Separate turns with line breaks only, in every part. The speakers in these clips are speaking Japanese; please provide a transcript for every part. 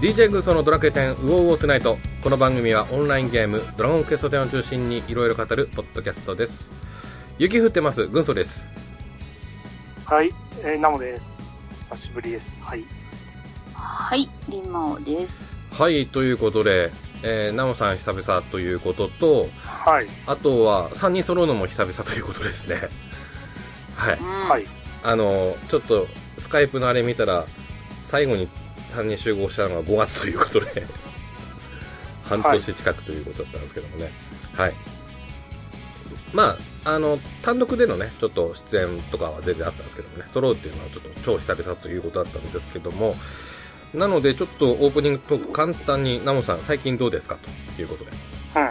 DJ 軍曹のドラクエ10ウォーウォートゥナイトこの番組はオンラインゲームドラゴンクエスト10を中心にいろいろ語るポッドキャストです雪降ってます軍曹です
はい、えー、ナモです。久しぶりです。はい。
はい、リンマオです。
はいということで、えー、ナモさん久々ということと
はい。
あとは3人揃うのも久々ということですねはい
うん、
はい。
あのちょっとスカイプのあれ見たら最後に3人集合したのが5月ということで 半年近くということだったんですけどもねはい、まああの単独でのねちょっと出演とかは全然あったんですけどもね揃うっていうのはちょっと超久々ということだったんですけどもなのでちょっとオープニングトーク簡単にナモさん最近どうですかということで
うん。う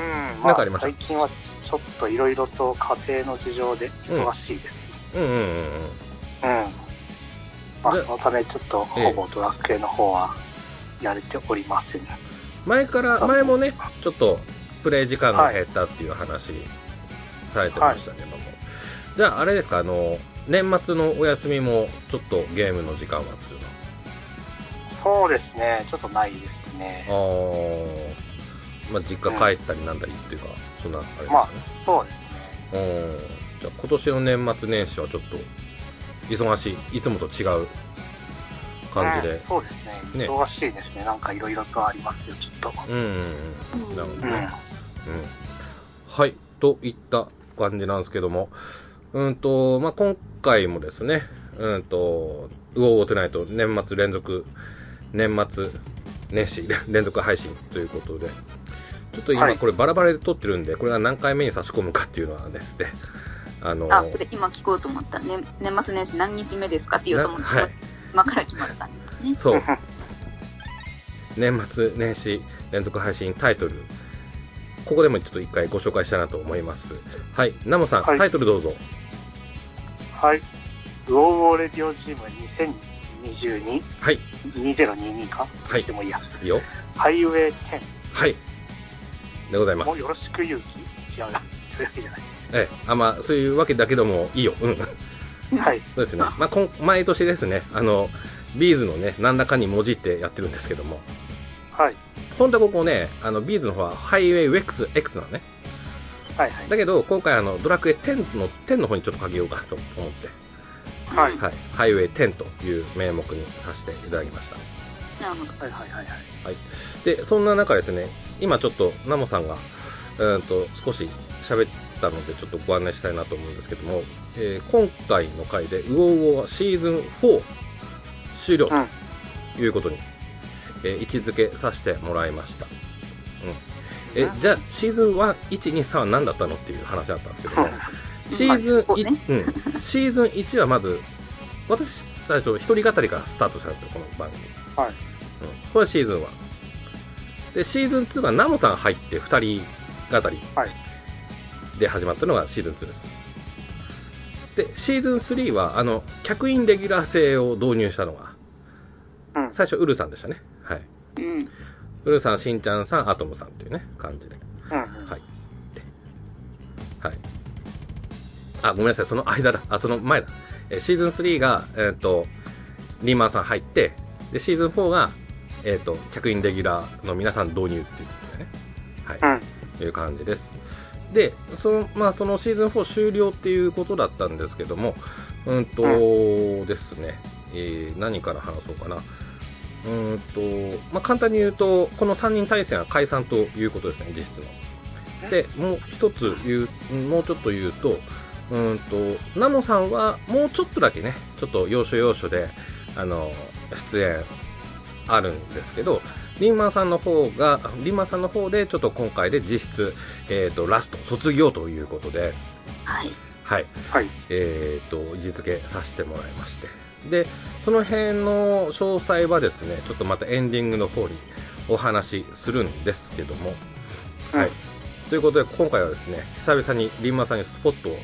ん。
なんかありました
最近はちょっといろいろと家庭の事情で忙しいです。
うんうんうんうん
うん。まあ、
で
そのためちょっと
ええ
ほぼドラクエの方はやれておりません。
前から前もねちょっとプレイ時間が減ったっていう話されてましたけども、じゃああれですかあの年末のお休みもちょっとゲームの時間はっていう
そうですね。ちょっとないですね。
のはあーまあ実家帰ったりなんだりっていうか、そんなあれですね、
まあ、そうですね。
うんじゃあ今年の年末年始はちょっと忙しいいつもと違う感じで、
うんそうですね。
ね
忙しいですね。なんかいろいろとありますよ、ちょっと。
うんうんうんなるほ
う
どね、
ん。
うん、はい、といった感じなんですけども、うんとまあ、今回もですね、うんと、ウォーウォートゥナイト年末連続、年末年始 連続配信ということで、ちょっと
は
今
い
これバラバラで撮ってるんで、これが何回目に差し込むかっていうのはですね、 あの、
あ、それ今聞こうと思った。ね、年末年始何日目ですかって言おうと思っ
な
た。
はい、
今から決まる感じですね。
そう、 年末年始連続配信タイトル、ここでもちょっと一回ご紹介したいなと思います。はい、ナモさん、
はい
タイトルどうぞ。
はい。ウォーウォーレディオジム2022、
はい、
2022かどうしてもいいや。
いいよ。
ハイウェイ10。
はい。でございます
も。うよろしく勇気違うな。そういうわけじゃない。
ええ、あ、まあ、そういうわけだけども、いいよ。うん。そ
はい。
うですね。まあ、こん毎年ですね、あの、ビーズのね、何らかにもじってやってるんですけども、
はい。
本当はここね、あの、ビーズの方は、ハイウェイウェックス X なのね。
はいはい。
だけど、今回、あの、ドラクエ10の、10の方にちょっとかけようかと思って、
はい
はい。ハイウェイ10という名目にさせていただきました。
なるほど。
はいはいはいはい。
はい、でそんな中ですね、今ちょっとナモさんが、うーんと少し喋ったので、ちょっとご案内したいなと思うんですけども、えー今回の回で、ウオウオはシーズン4終了
うん。
ということに、えー位置づけさせてもらいました。うんえじゃあ、シーズン1、1、2、3は何だったのっていう話だったんですけども、シーズン
まあそうね
1、うん、シーズン1はまず、私、最初、一人語りからスタートしたんですよ、この番組。
はい。
うんこれシーズン1。で、シーズン2がナモさん入って2人語り
はい。
で始まったのがシーズン2です。で、シーズン3は、あの、客員レギュラー制を導入したのが、
うん。
最初、ウルさんでしたね。はい。
うん。
ウルさん、しんちゃんさん、アトムさんっていうね、感じで。
うん。
はい。ではい。あ、ごめんなさい、その間だ。あ、その前だ。えーシーズン3が、えっ、と、リーマンさん入って、で、シーズン4が、えっ、と、客員レギュラーの皆さん導入っていうことでね。はい。
うん。
いう感じです。で、その、まあ、そのシーズン4終了っていうことだったんですけども、うんと、ですね、えー何から話そうかな。うんと、まあ、簡単に言うと、この3人対戦は解散ということですね、実質の。で、もう一つ言う、もうちょっと言うと、うんと、ナモさんはもうちょっとだけね、ちょっと要所要所で、あの、出演あるんですけど、リンマンさんの方が、リンマンさんの方で、ちょっと今回で実質、えっ、と、ラスト、卒業ということで、
はい。
はい、
はい。
えっ、と、位置づけさせてもらいまして。で、その辺の詳細はですね、ちょっとまたエンディングの方にお話しするんですけども、
うん
はい。ということで、今回はですね、久々にリンマンさんにスポットをね、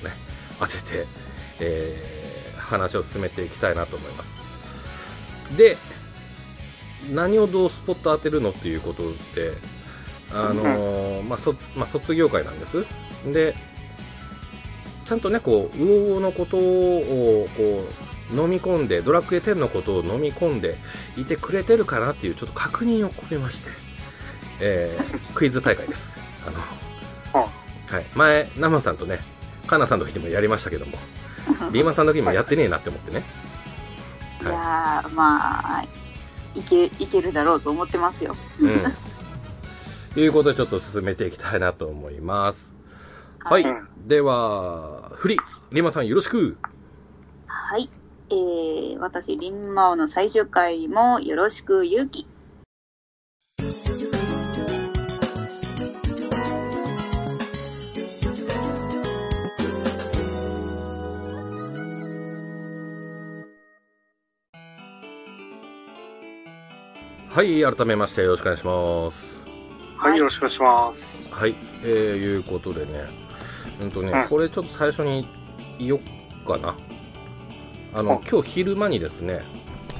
当てて、えー話を進めていきたいなと思います。で、何をどうスポット当てるのっていうことで、あのーまあそまあ、卒業会なんです。で、ちゃんとね、こう、魚のことを、こう、飲み込んで、ドラクエ10のことを飲み込んでいてくれてるかなっていうちょっと確認を込めまして、えークイズ大会です。あの、はい、前、ナムさんとね、カナさんの時もやりましたけども、 リーマンさんの時もやってねえなって思ってね。
いやー、まあ、いけ、いけるだろうと思ってますよ。
うん。ということで、ちょっと進めていきたいなと思います。はい。では、フリ、リーマンさんよろしく
はい。えー、私、リンマオの最終回もよろしく、ゆうき。
はい、改めましてよろしくお願いします。
はい、よろしくお願いします。
はい、えー、いうことでね、うんとね、
うん
これちょっと最初に言おっかな。あの、
うん
今日昼間にですね、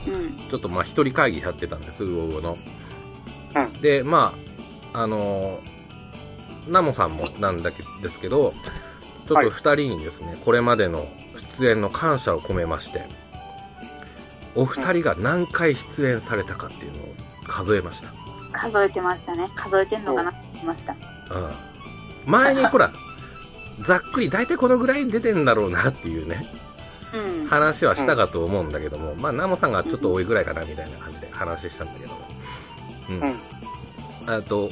うん。
ちょっとまあ一人会議やってたんです、ウオウオの。
うん
で、まあ、あのーナモさんもなんだけですけど、ちょっと二人にですね、これまでの出演の感謝を込めまして、お二人が何回出演されたかっていうのを数えました。
数えてましたね。数えてんのかなってました。
うん前にほ ら、ざっくり大体このぐらい出てんだろうなっていうね、
うん。
話はしたかと思うんだけども、まあ、ナモさんがちょっと多いぐらいかなみたいな感じで話したんだけども。うん
うん。
あと、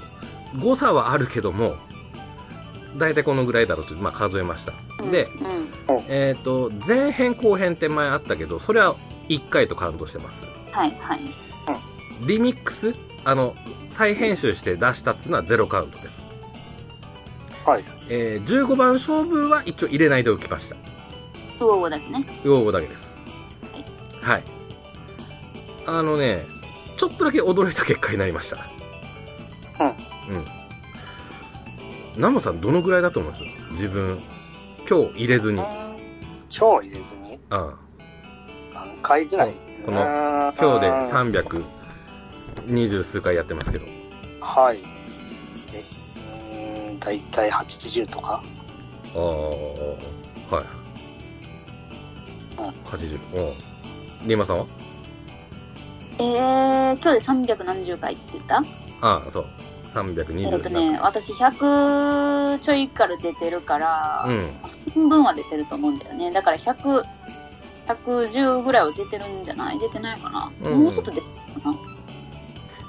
誤差はあるけども、大体このぐらいだろうと、まあ、数えました。で、
うん。
えっ、と、前編後編って前あったけど、それは1回とカウントしてます。
はい、はい。
リミックス、あの、再編集して出したっていうのはゼロカウントです。
はい。
えー15番勝負は一応入れないでおきました。
ウオウオだけね。
要望だけです。はい。あのね、ちょっとだけ驚いた結果になりました。
うん。
うん。ナモさん、どのぐらいだと思います自分、今日入れずに。
今日入れずに
うん
何回ぐらい
この
今
今日で320数回やってますけど。
はい。えうーん、だいたい80とか。
ああ、はい。80。うん。リーマさんは
えー、今日で300何十回って言った
ああ、そう。
えっと
320。
ね、私100ちょいから出てるから、
うん。
半分は出てると思うんだよね。だから100、110ぐらいは出てるんじゃない出てないかな、
うん
もうちょっと出てるか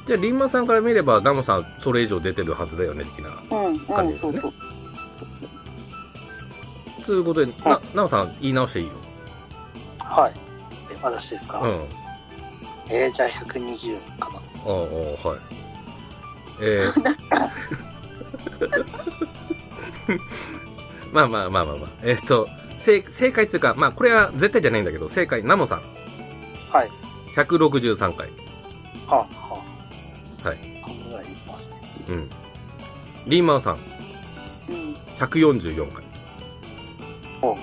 じゃあ、リンマさんから見れば、ナモさん、それ以上出てるはずだよね、的な。
なうん、うん、
感じです
そ
ね
うそう。
ということで、な、ナモさん、言い直していいよ。
はい。え私ですか、
うん。
えー、じゃあ120かな。
ああ、はい。えー、 まあまあまあまあまあ。えっ、と、正正解っていうか、まあこれは絶対じゃないんだけど、正解、ナモさん、
はい。
163回。
はあ、は
はい。
あ、半分ぐらいできますね。
うん。リーマンさん、
うん。
144回。
おう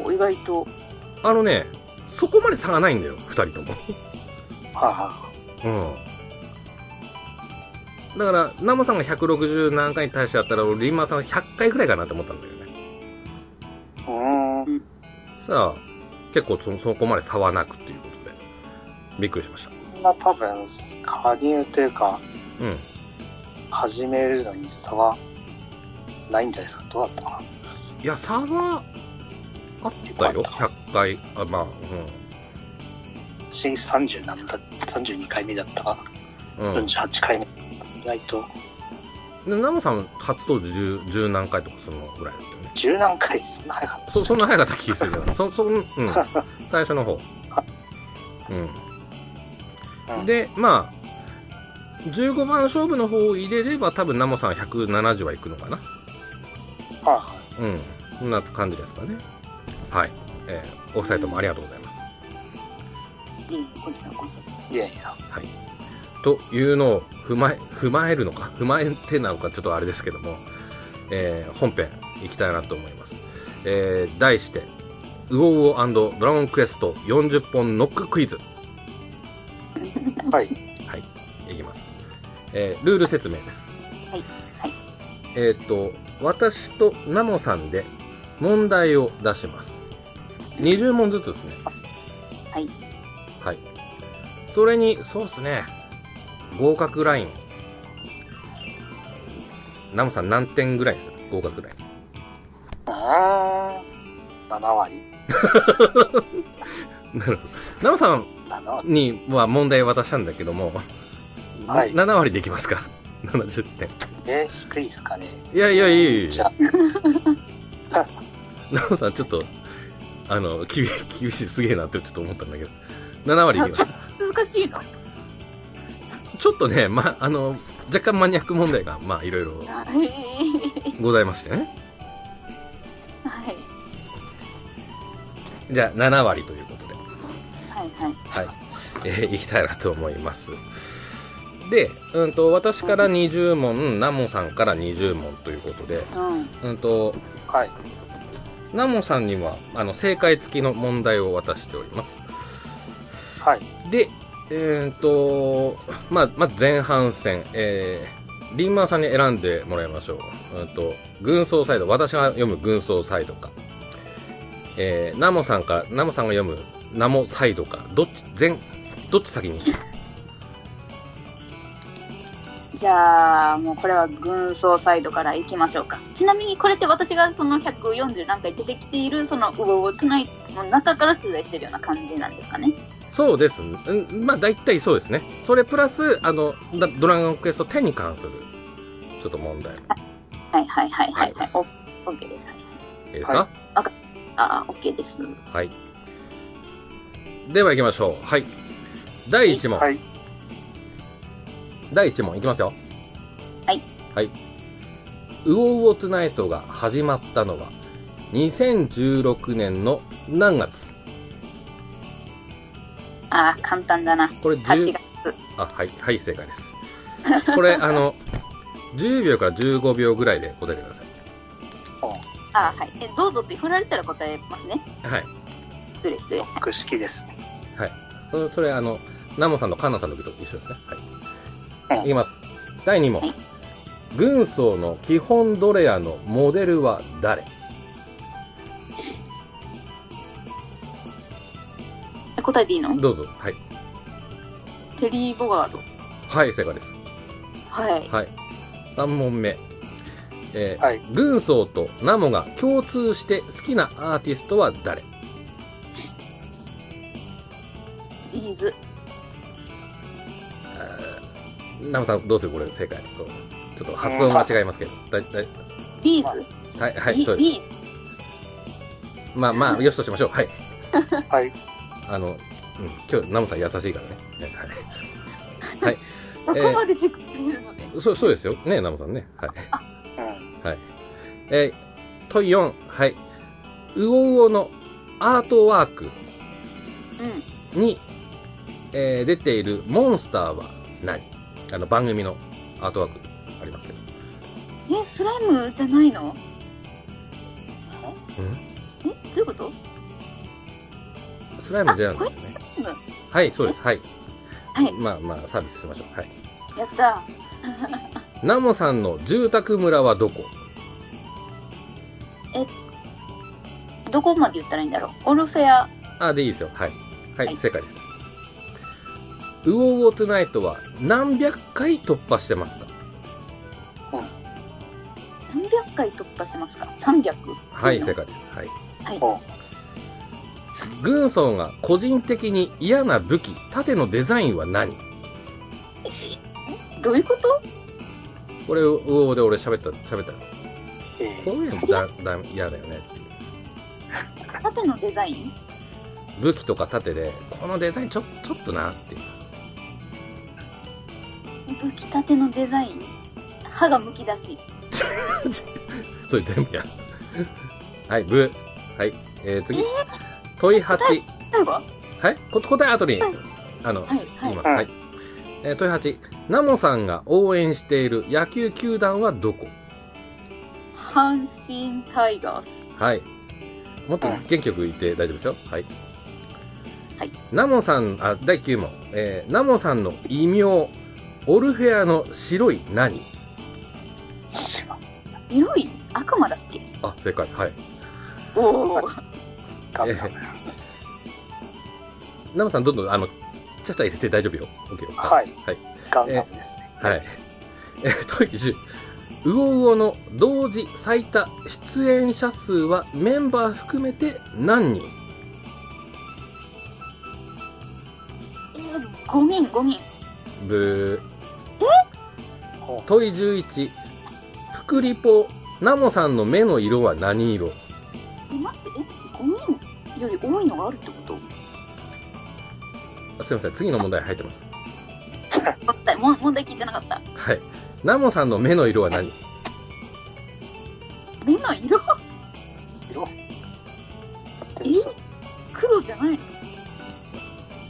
おお意外と。
あのね、そこまで差がないんだよ、二人とも。
はあ、は
うん。だから、ナモさんが160何回に対してだったら、俺リーマンさんが100回くらいかなって思ったんだよね。
あ。うーん。
さあ、結構そそこまで差はなくっていうことで、びっくりしました。
そんな多分、加入というか、
うん。
始めるのに差はないんじゃないですか。どうだったか
いや、差は、あったよ。100回。あ、まあ、
な。し30なんだ、32回目だったか、
うん。うん。
48回目。意外と、
で、ナモさん、初当時十十何回とかそのぐらいだったよね。
十何回、そんな早かった
そ、そんな早かった気がするけど、そ、そ、 うん。最初の方。
う
うん。
ん
で、まあ、15番勝負の方を入れれば、多分ナモさん170はいくのかな。
は
うん。そんな感じですかね。はい。えーお二人ともありがとうございます。
いいこちらこそ。
い。いやいや。
はい、というのを踏まえ踏まえるのか、踏まえてなのかちょっとあれですけども、えー本編いきたいなと思います。えー題して、ウオウオドラゴンクエスト40本ノッククイズ。
は
は
い。
い、いきます。えールール説明です。
はいはい
えーっと、私とナモさんで問題を出します。20問ずつですね。それに、そうですね、合格ライン。ナムさん何点ぐらいです合格ライン。
あー7割
なるほど。ナムさん
7割
には問題渡したんだけども、
はい
7割できますか ?70 点。
え低いですかね
いやいやいやいやい
じゃ
や
あ、
ナムさんちょっと、あの、厳厳しい、すげえなってちょっと思ったんだけど、7割いきます。
難しいの
ちょっとね、ま、あの、若干マニアック問題が、まあ、いろいろ
はい。
ございましてね。
はい。
じゃあ、7割ということで。
はいはい。
はい、えーいきたいなと思います。で、うんと、私から20問、ナモさんから20問ということで、
うん。
うんと、
はい
ナモさんには、あの、正解付きの問題を渡しております。
はい
で、えーと、まあ、まず前半戦、えーリーマンさんに選んでもらいましょう。うんと、軍曹サイド、私が読む軍曹サイドか、えーナモさんか、ナモさんが読むナモサイドか、どっち、前、どっち先に
じゃあ、もうこれは軍曹サイドから行きましょうか。ちなみにこれって私がその140何回出てきている、その、うおうつない、もう中から取材してるような感じなんですかね。
そうです。うんまあ、大体そうですね。それプラス、あの、だドラゴンクエスト10に関する、ちょっと問題
はいはいはいはい、はい。オッケーです。はい
いいですか
ああ、オッケーです。
はい。では行きましょう。はい。第1問。
はい
第1問いきますよ。
はい。
はい。ウオウオトゥナイトが始まったのは、2016年の何月
ああ、簡単だな。
これ
8
10
月。、
あ、はい、はい、正解です。これ、あの、10秒から15秒ぐらいで答えてくださ
ああ、はい。え、どうぞって振られたら答えますね。
い。はい。
失礼失礼。
複式ですね
はい。そそれ、あの、ナモさんのカンナさんの時と一緒ですね。は
はい
い。いきます。第2問。
はい
軍曹の基本ドレアのモデルは誰
答えていいの
どうぞ。はい。
テリー・ボガード。
はい、正解です。
はい。
はい。3問目。えー
はい
軍曹とナモが共通して好きなアーティストは誰
ビーズ。
あーナモさん、どうするこれ正解。そうちょっと発音が違いますけど。だいだい
ビーズ
はい、はい、
ビ
そうです。
ビーズ
まあまあ、よしとしましょう。はい。
はい
あの、うん、今日、ナムさん優しいからね。はい。
どこまでチェックされるのね。
はい。そう、そうですよ。ね、ナムさんね。はい。
うん
はい。えー、問4。はい。ウオウオのアートワーク
うん。
に、えー出ているモンスターは何あの、番組のアートワークありますけど。
え、スライムじゃないの
うん
えどういうこと
スライムじゃないんですね。
スライム
はい、そうです。はい。
はい、
まあまあ、サービスしましょう。はい。
やった。
ナモさんの住宅村はどこ
どこまで言ったらいいんだろう。オルフェア。
あ、でいいですよ。はい。はい、
はい
正解です。ウオウオトゥナイトは何百回突破してますか
何百回突破しますか ?300。
はい、
いいの
正解です。はい。
はい。
お
軍曹が個人的に嫌な武器、盾のデザインは何
どういうこと
これ、ウオウオで俺喋った、喋ったんです。
え
こ
ー
ういうのだ、だ、嫌だよねっていう。
縦のデザイン
武器とか盾で、このデザインちょ、ちょっとなっていう。
武器縦のデザイン歯がむき出し。
それ全部や。 はい、ブ。はい、えー、次。問い8。
例えば
はい、こ答え後でいいですよ。あの、
はいはい
言います。
うん
はい。えー、問い8。ナモさんが応援している野球球団はどこ
阪神タイガース。
はい。もっと元気よく言って大丈夫ですよ。はい。
はい。
ナモさん、あ、第9問。えー、ナモさんの異名、オルフェアの白い何
色い悪魔だっけ
あ、正解。はい。
おお。
頑張る
ナモさん、どんどん、あの、ちゃったら入れて大丈夫よ。OK よ。
はい
はい。
ガンダムですね。
はい。えー、問い記10。うおうおの同時最多出演者数はメンバー含めて何人
えー、5人、5人。
ブ
ほ
ー。
う
問い11。プクリポ、ナモさんの目の色は何色
え、待って、え、5人より多いのがあるってこと
あすみません、次の問題入ってます。
問題、もん問題聞いてなかった。
はい。ナモさんの目の色は何
目の色
色合ってる
え黒じゃないの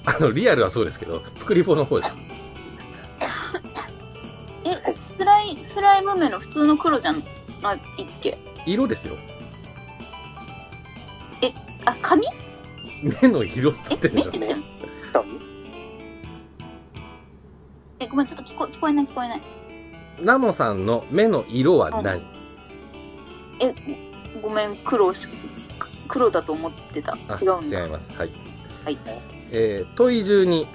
あの、リアルはそうですけど、プクリポの方です。
え、スライ、スライム目の普通の黒じゃないっけ
色ですよ。
あ、髪
目の色って
え
言って、る
目
じゃん
ってだよ。
人に
え、ごめん、ちょっと聞こ聞こえない聞こえない。
ナモさんの目の色は何
え、ごごめん、黒し、黒だと思ってた
あ。
違うんだ。
違います。はい。
はい。
えー問い12、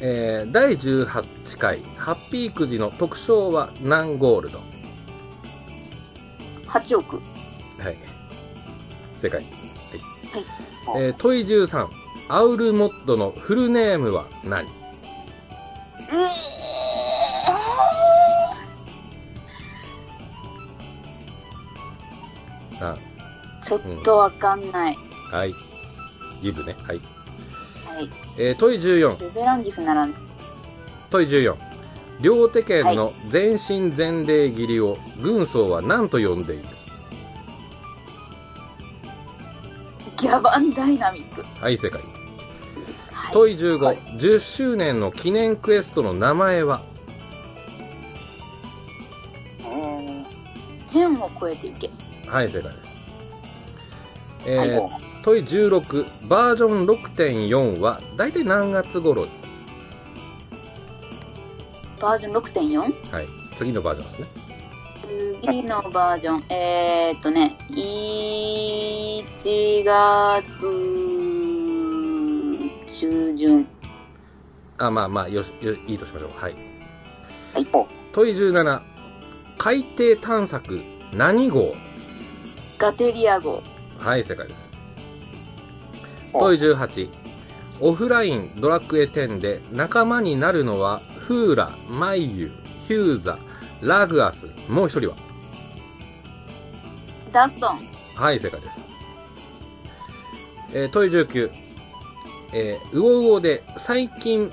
えー第18回、ハッピーくじの特賞は何ゴールド
8億。
はい。正解。
あ
えー問い13、アウルモッドのフルネームは何
う
あ
ちょっとわかんない。
はい。ギブね。はい。
はい。
えー問い14、
ルベランギスならん。
問い14両手剣の全身全霊斬りを軍曹は何と呼んでいる
ギャバンダイナミック。
はい世界
はい。
問い15、
はい
10周年の記念クエストの名前は
うーん。
天を超えていけ。
はい世界です、え
はい
ー
も、
問い16バージョン6.4は大体何月頃
バージョン 6.4?
はい次のバージョンですね
次のバージョン、えーっとね、1月中旬。
あまあまあよしよいいとしましょうはい
はいう
ほ
問い17海底探索何号
ガテリア号。
はい世界です
ほ
問い18オフラインドラクエ10で仲間になるのはフーラ、マイユ、ヒューザ、ラグアス、もう一人は
ダストン。
はい、正解です。えー問い19、えー、ウオウオで最近、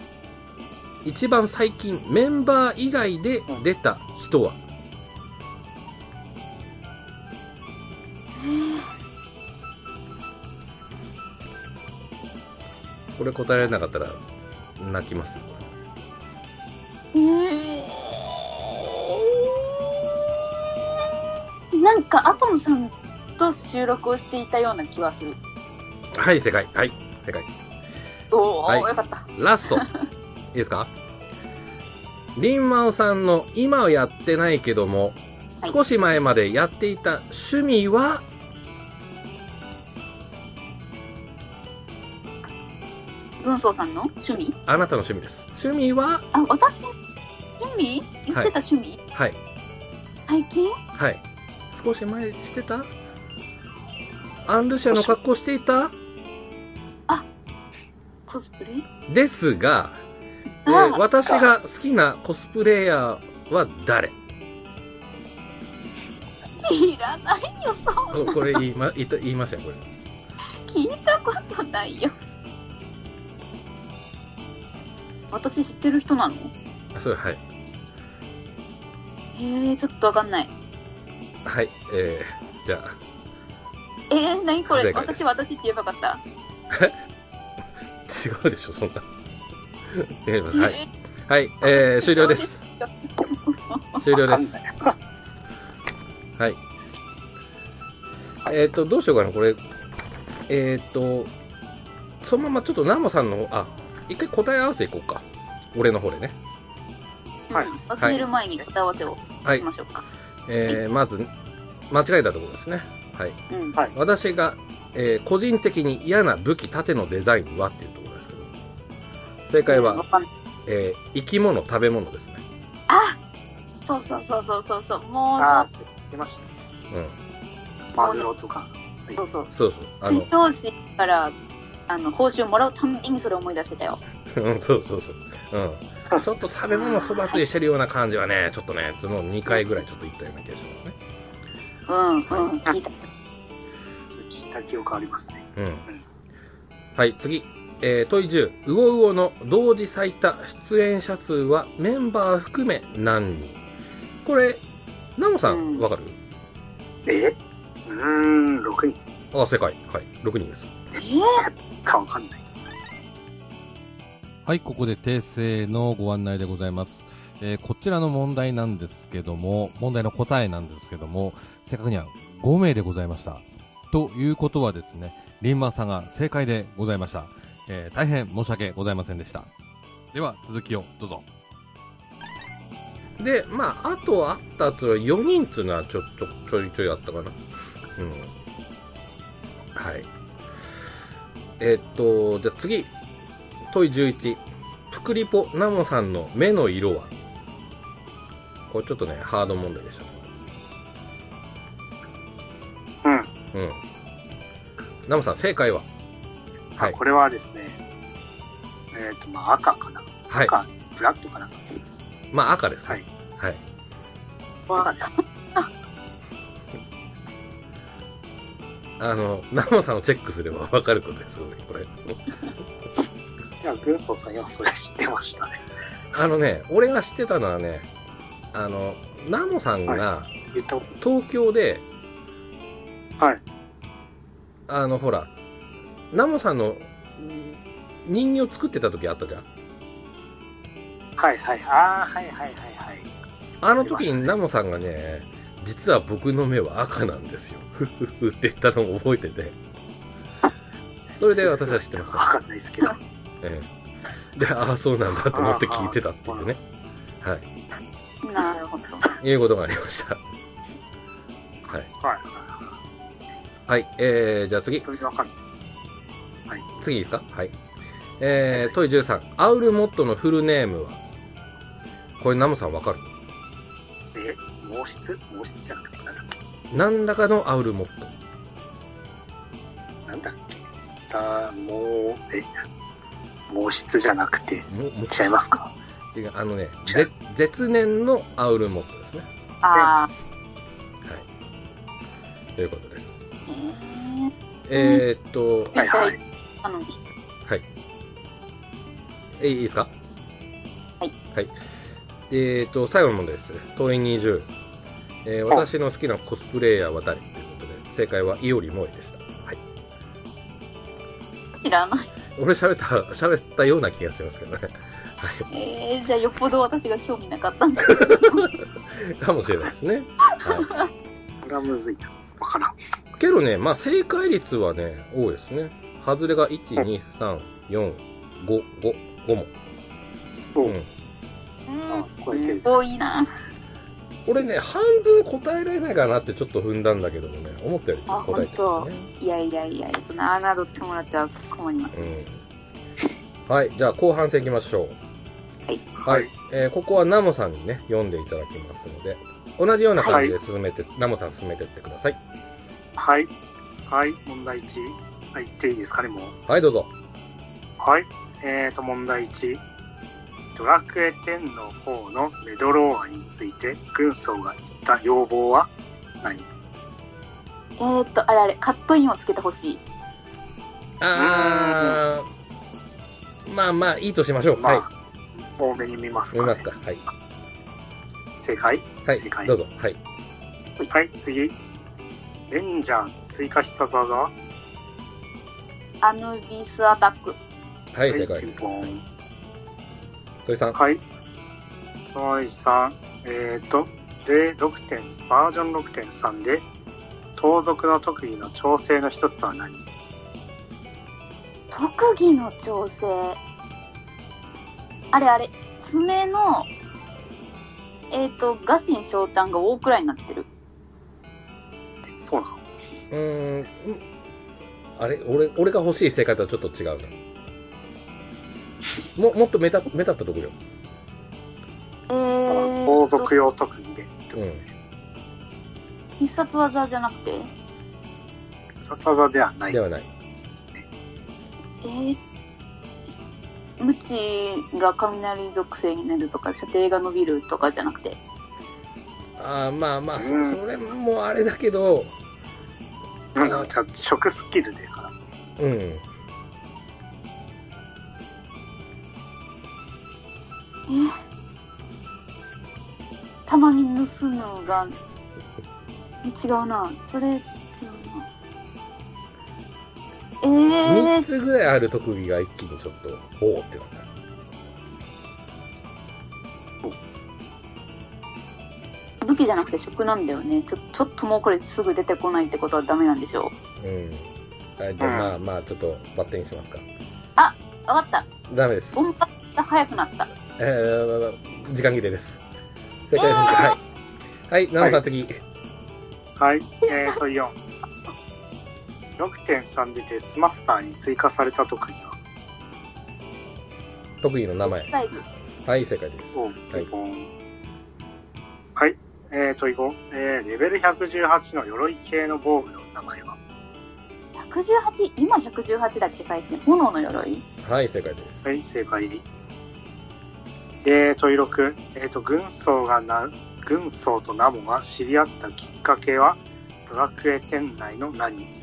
一番最近メンバー以外で出た人は、これ答えられなかったら泣きますよ
えー、なんか、アトムさんと収録をしていたような気はする。
はい、正解。はい、正解。
おー、
はい
よかった。
ラスト。いいですかリンマオさんの今はやってないけども、
はい
少し前までやっていた趣味は、
軍曹さんの趣味
あなたの趣味です。趣味は、
あ、私趣味言ってた趣味、
はい、
最近
はい。少し前してたアンルシアの格好していた
コスプレ
ですが、え
あ
ー私が好きなコスプレイヤーは誰
いらないよ、そんな
おこれ言いま、言いた言いましたよ、これ。
聞いたことないよ私知ってる人なの
あそれ、はい。
えー、ちょっとわかんない
はい、えー、じゃあ、
えー、何これ
正解で
私私って言えばよかった、
違うでしょ、 そんな。やりますはい。
え
はい、えー、終了 です。終
う
了
わか
で
ん
す。
ない
はい。えっ、と、どうしようかな、これ。えっ、と、そのままちょっとナモさんの方、あ、一回答え合わせいこうか。俺の方でね。
うん
はい
忘れる前に答え合わせを
はい
し。ましょうか、
えー、まず、間違えたところですね。はい。
うん
はい
私が、えー個人的に嫌な武器、盾のデザインはっていうところですけど。正解
うんわ
は、
かんない
えー生き物、食べ物ですね。
あそうそうそうそうそうそうもう
あ出まし
うん。
た。マグロとか。ー
そうそう
そうそう。あの
水、道士からあの報酬もらうたんびにそれを思い出してたよ
うん、そうそうそう。うん。ちょっと食べ物粗末にしてるような感じはね、ちょっとね、その2回ぐらいちょっと言ったような気がしますね。
うんうん聞いた
聞いた記憶ありますね。
うん。はい、次。えー問い10。うおうおの同時最多出演者数はメンバー含め何人これ、ナモさ
うん
ん、わかる
えうーん、6人
あ、正解。はい、6人です。
えー
かわかんない。
はい、ここで訂正のご案内でございます。えーこちらの問題なんですけども、問題の答えなんですけども、正確には5名でございました。ということはですね、リンマーさんが正解でございました。えー大変申し訳ございませんでした。では、続きをどうぞ。
で、まあ、あとあったつは4人っつうのはちょ、ちょ、ちょいちょいあったかな。うん。はい。えっと、じゃあ次。問い11。プクリポナモさんの目の色はこれちょっとね、ハード問題でしたね。
うん。
うん。ナモさん、正解はは
あ
い。
これはですね、えっと、まあ赤かな。
はい。
赤、ブラックかな。
まあ、赤です。
はい。
はい。
赤です。
あの、ナモさんをチェックすれば わかることですよね、これ。
いや、軍曹さんはそれ知ってましたね。
あのね、俺が知ってたのはね、あの、ナモさんが
言ったこ
東京で、
とはい。
あの、ほら、ナモさんのん人形作ってた時あったじゃん。
はいはい。ああ、はいはいはいはい。
あの時にナモさんがね、実は僕の目は赤なんですよ。ふふふって言ったのを覚えてて。それで私は知ってました。
わかんないですけど。
ええ、で、ああ、そうなんだと思って聞いてたっていうね、は
なるほど
い、いうことがありました。はい、
は
はいえー、じゃあ次
い。、本当にわかんない。
次いいですか、はいえー、問い13、アウルモットのフルネームは、これ、ナムさんわかる
え毛質毛質じゃなくて、なんだっ
何らかのアウルモット、
けなんだっけさあ、もう、え毛質じゃなくて、
もも
違いますか
違うあのね、ぜ絶年のアウルモットですね。
ああ
ということです。
えー
えー、っと、
はいはい。
あの
はい。え、いいですか
はい。
はい。えーと、最後の問題ですね。問い20。えー
はい
私の好きなコスプレイヤーは誰ということで、正解は、いおりもえでした。はい。
知らない
俺喋った、喋ったような気がしますけどね。はい。
えー、じゃあよっぽど私が興味なかったんだ
かもしれないですね。は
これはむずいな。わからん。
い。けどね、まあ、正解率はね、多いですね。外れが1、2、3、4、5、5、5も。
お
うん。
あこれいける
多いな
俺ね、半分答えられないかなってちょっと踏んだんだけどもね、思ったよりちょっと答えて
あ
ま
本
すね。
いやいやいやそんな侮ってもらっては困ります
うんはい、じゃあ後半戦いきましょう。
はい
はい。えーここはナモさんにね、読んでいただきますので、同じような感じで進めて、ナモさん進めてってください。
はい。はい。問題1。はい。言っていいですかね、もう。
はい、どうぞ。
はい。えーと、問題1。ドラクエ10の方のメドローアについて、軍曹が言った要望は何
えー、っとあれあれカットインをつけてほしい
あー、まあまあ、いいとしましょう。
ま
はい
あ。、多めに見ます
見
か、ね。
ますか。はい。
正解正
は
解
い、どうぞ。はい。
はい、次。レンジャー追加必殺技は
アヌビスアタック
はい、正解
ピン。ポン。
鳥さん。
はい。はい、さん。えっ、ー、と、例6.3バージョン6.3で、盗賊の特技の調整の一つは何
特技の調整あれあれ爪のえっ、とガシン翔太が大くらいになってる
そうなの
うーん。んあれ俺、俺が欲しい正解とはちょっと違うな。ももっと目立目立ったところよ、
えー、
王族用特技で。
う、
必殺技じゃなくて、
笹座ではなんい
で。はない、
えー、無知が雷属性になるとか、射程が伸びるとかじゃなくて、
あーまあまあそ、
うん
それもあれだけど、
なんだろう、じゃあ食スキルでかな。
うん、
たまに盗むが、違うな、それ違うな。え
3
ー、
つぐらいある特技が一気にちょっと、ほうってなった。
武器じゃなくて食なんだよねちょ。ちょっともうこれすぐ出てこないってことはダメなんでしょう。
うん、あじゃあ、まあまあ、ちょっとバッテンしますか。
あわかった。
ダメです。
音波が速くなった。
えー、時間切れです。正解です。はい。はい、ナムさん次。
はい、えーと4。6.3でデスマスターに追加された特技は、
特技の名前。
サイズ。
はい、正解です。
おう
はい
はい、えーと5、えーレベル118の鎧系の防具の名前は、
118今118だっけ最新炎の鎧
はい、正解です。
はい、正解入り。えーと6、えーと軍曹がな、軍曹とナモが知り合ったきっかけは、ドラクエ店内の何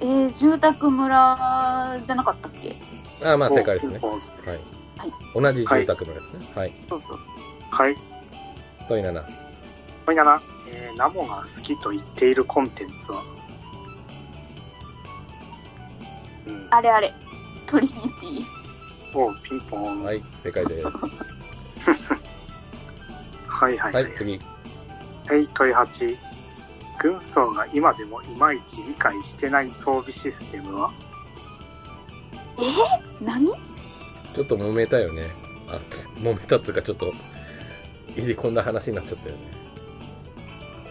えー、住宅村じゃなかったっけ
あーまあ、正解ですね。
おうそう
はい。
はい
同じ住宅のですね。はい。
そうそう
はい、
問い7。
問7、えーナモが好きと言っているコンテンツは、うん、
あれあれトリニティ
おうピンポーン。
はい、正解です。
はいはいは。
はいい、次。
はい、問い8。軍曹が今でもいまいち理解してない装備システムは
何
ちょっと揉めたよね。あ、揉めたっていうか、ちょっと、入り込んだ話になっちゃったよね。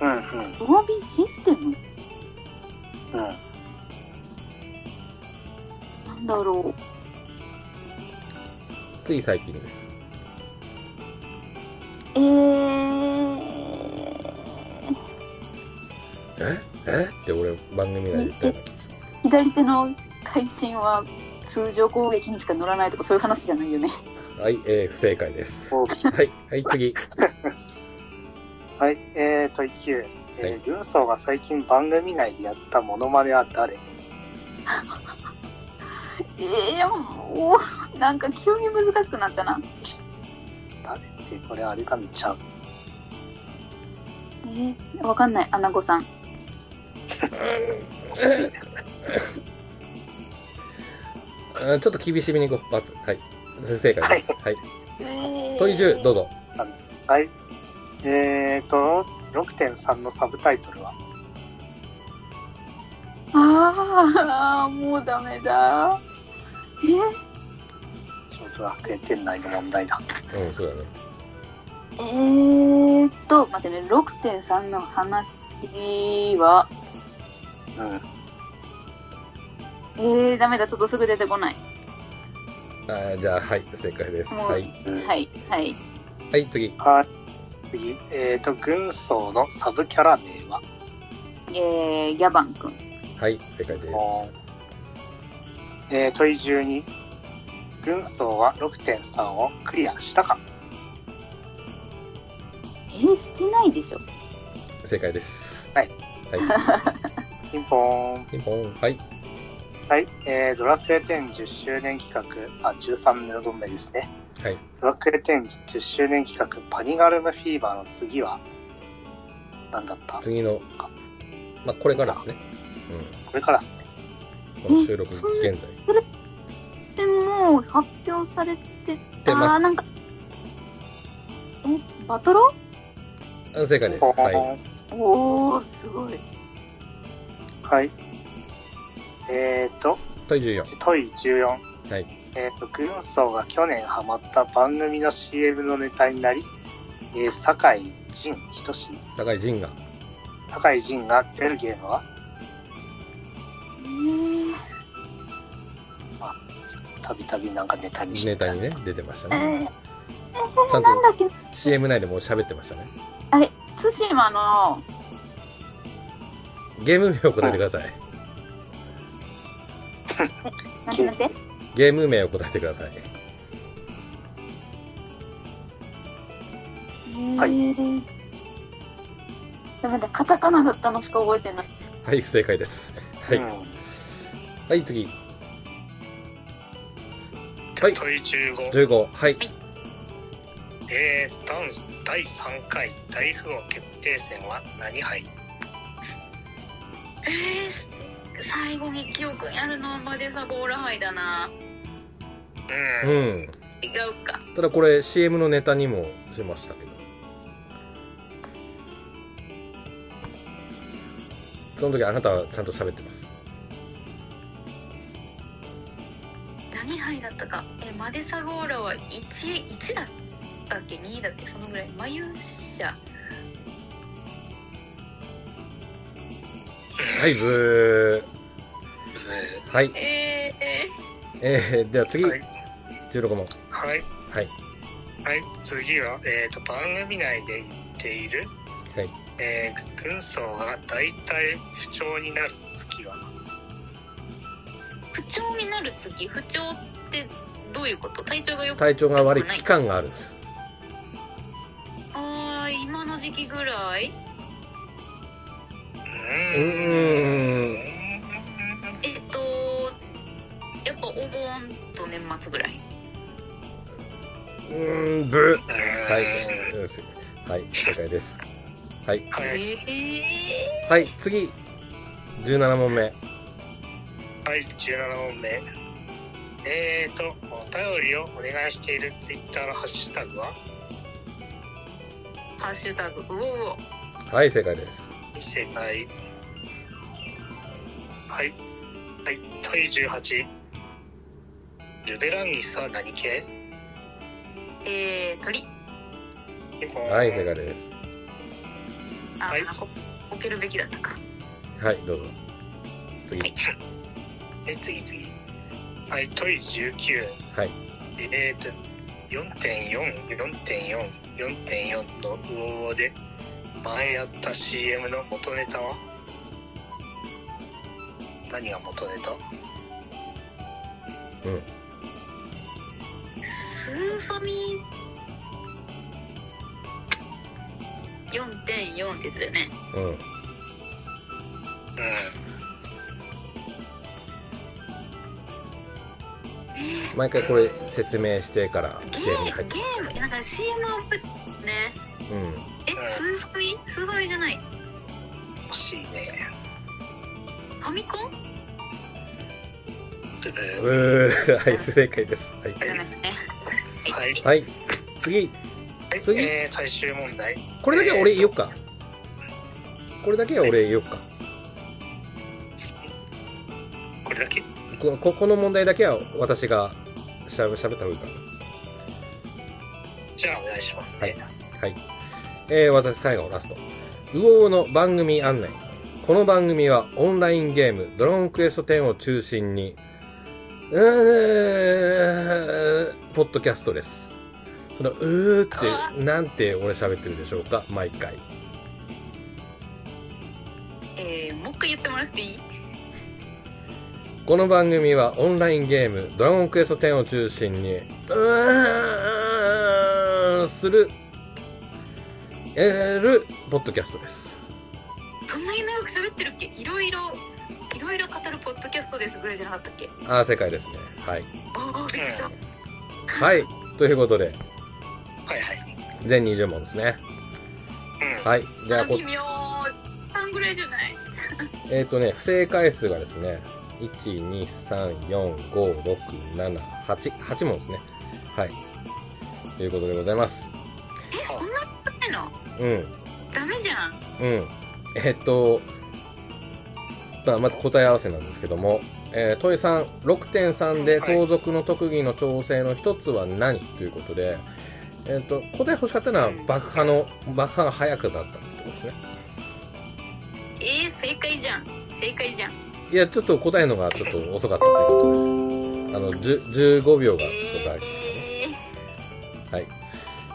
うんうん
装備システム
うん。
なんだろう
つい最近です。
えー、
ええって俺、番組内で言ったような気がします。
左手の会心は通常攻撃にしか乗らないとかそういう話じゃないよね
はい、えー、不正解です。
装備システ
はい、はい、次。
ム。はい、えー、問い9。
はい
えー、軍曹が最近番組内でやったモノマネは誰
えー、もうなんか急に難しくなったな
誰ってこれあれかんちゃう。
えー、わかんないアナゴさん
あちょっと厳しめにご罰。はい。不正解です。はい。
えー
問い10、どうぞ。
はい。えーと、6.3のサブタイトルは
ああ、もうダメだ。え
ちょうど楽園店内の問題だ。
うん、そうだね。
えーっと、待ってね、6.3の話は、
うん。
えー、ダメだ、ちょっとすぐ出てこない。
あじゃあ、はい、正解です。
もう
はい。
うん
はい、はい。
はい、次。
はい。次、えーと、軍曹のサブキャラ名は
えー、ギャバン君。
はい、正解です。
えー、問い12。軍曹は6.3をクリアしたか
えー、してないでしょ。
正解です。
はい。
は
ピンポーン。
い。ピンポン。はい。
はい。えー、ドラクエ10 10周年企画、あ、13の分目ですね。
はい。
ドラクエ10 10周年企画、パニガルムフィーバーの次は、何だったこ
次の、まあ、これからですね。
れからですね。
うん。この収録現在。
でも、発表されてた、
出ます
あーなんか、え、バトロ
うん正解です。は
おー、すごい。
はい。えーと、
い。問い14。
問い14。
はい。
えーと、軍曹が去年ハマった番組の CM のネタになり、えー、酒井仁仁
高井仁が。
高井仁が出るゲームは
えー、
たびたびなんかネタにして
ネタにね、出てました
えー、
ね。
え
ちゃ
ー、
んと
なんだっけ
CM 内でもう喋ってましたね。
あれ、対馬の、
ゲーム名を答えてください。
なんてなんて
ゲーム名を答えてください。
はい
えー。ダメだ、カタカナだったのしか覚えてない。
はい、不正解です。はい。
うん
はい、次。はい
問い15、
15。はい。
えー、ダンス第3回大富豪決定戦は何杯
えー、最後に記憶やるのはマデザボーラ杯だな。
う、
うんん。
違うか。
ただこれ CM のネタにもしましたけど。その時あなたはちゃんと喋ってます。
何杯だったか。え、マデサゴーラは1、1だったっけ ?2 だっけそのぐらい。眉社。
はい、ブ
え
ー。はい。
ええ
えー、では次、
はい、
16問。
はい、
はい。
はい、次は、えー、と番組内で言っている、
はい。
えー、軍曹が大体不調になる月は
不調になる次、不調ってどういうこと体調が良く
体調が悪い
ない
期間があるんです。
あー、今の時期ぐらい
う
う
ーん
ーん。
えっと、やっぱお盆と年末ぐらい。
うーん、ブー。は
え
い。よしはい、正解です。はい。
ーはい、
え
はい、次。17問目。
はい、17問目。えーと、お便りをお願いしているツイッターのハッシュタグは
ー、ハッシュタグ、うおうお。
はい、正解です。
正解。はい。はい、問い18。ルベランギスは何系
えー、鳥。
はい、正解です。
あー、
はい
ここけるべきだったか。
はい、どうぞ。次。
はい
え、次次。はい、問い19。
はい。
えーと、4.4、4.4、4.4のウオウオで、前やった CM の元ネタは何が元ネタ
うん。
スーファミ4.4ですよね。
うん。
う
毎回これ説明してから
ゲ
CM に入っ
ーム、
て
ゲーム、なんか CM アップね。
うん
え、スーファミスーファミじゃない。
ん、欲しいね。
ファミコン
ブブー
うーはい正解ですはい
じゃないですね。
は
はいい。
はい次
はい、
次
えー最終問題。
これだけは俺
えー
言おっかこれだけは俺言おっか
これだけ
こここの問題だけは私がしゃべしゃべった方がいいか
じゃあお願いしますね。
はいなはいえー、私最後ラストウオウの番組案内この番組はオンラインゲーム「ドラゴンクエスト10」を中心にうーポッドキャストですそのうーってなんて俺喋ってるでしょうか毎回
えー、もう一回言ってもらっていい
この番組はオンラインゲーム「ドラゴンクエスト10」を中心にうーんするえーるポッドキャストです
そんなに長く喋ってるっけいろいろ、いろいろ語るポッドキャストですぐらいじゃなかったっけ
ああ正解ですねはい、
ああ、びっくりした。
はい、ということで
はいはい。
全20問ですね
うん。
はいじゃあ
あ、
こ
微妙。3ぐらいじゃない
えっ、とね不正解数がですね123456788問ですねはいということでございます
え、こんなことないの
うん
ダメじゃん。
うん。えっと、まあ、まず答え合わせなんですけども、えー、問いさん、6.3で
はい
盗賊の特技の調整の一つは何、ということで、えっと、答え欲しかったのは爆破の、爆破が早くなったってことですね。
えー、正解じゃん。正解じゃん。
いや、ちょっと答えのがちょっと遅かったということです。あの、じゅ15秒がちょっとありましたね。
え
はい。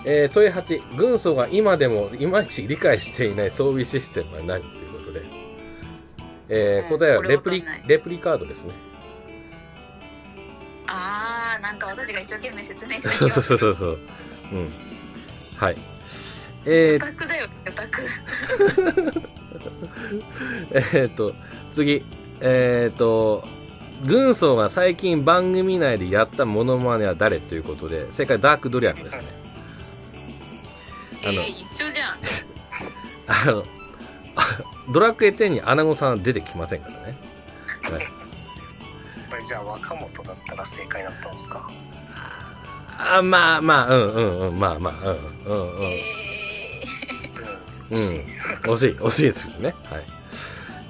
えー、問い8、軍曹が今でもいまいち理解していない装備システムは何ということで、えー
うん
答えは
これ
レ
わ
プ
かん
リ
ない
レプリカードですね。
ー、あー、なんか私が一生懸命説明して
そうそうそうそう。うん。はい。え
オタクだよ、オタク。
ー、えーと、次、えーと、軍曹が最近番組内でやったモノマネは誰ということで、正解ダークドリアンですね。
え
あの
ー、一緒じゃん。
あの、あドラクエ10にアナゴさんは出てきませんからね。はい
これじゃあ若本だったら正解だったんですか
あまあまあ、うんうんうん、まあまあ、うんうんうん。
え
うん、惜しい、惜しいですけどね。はい。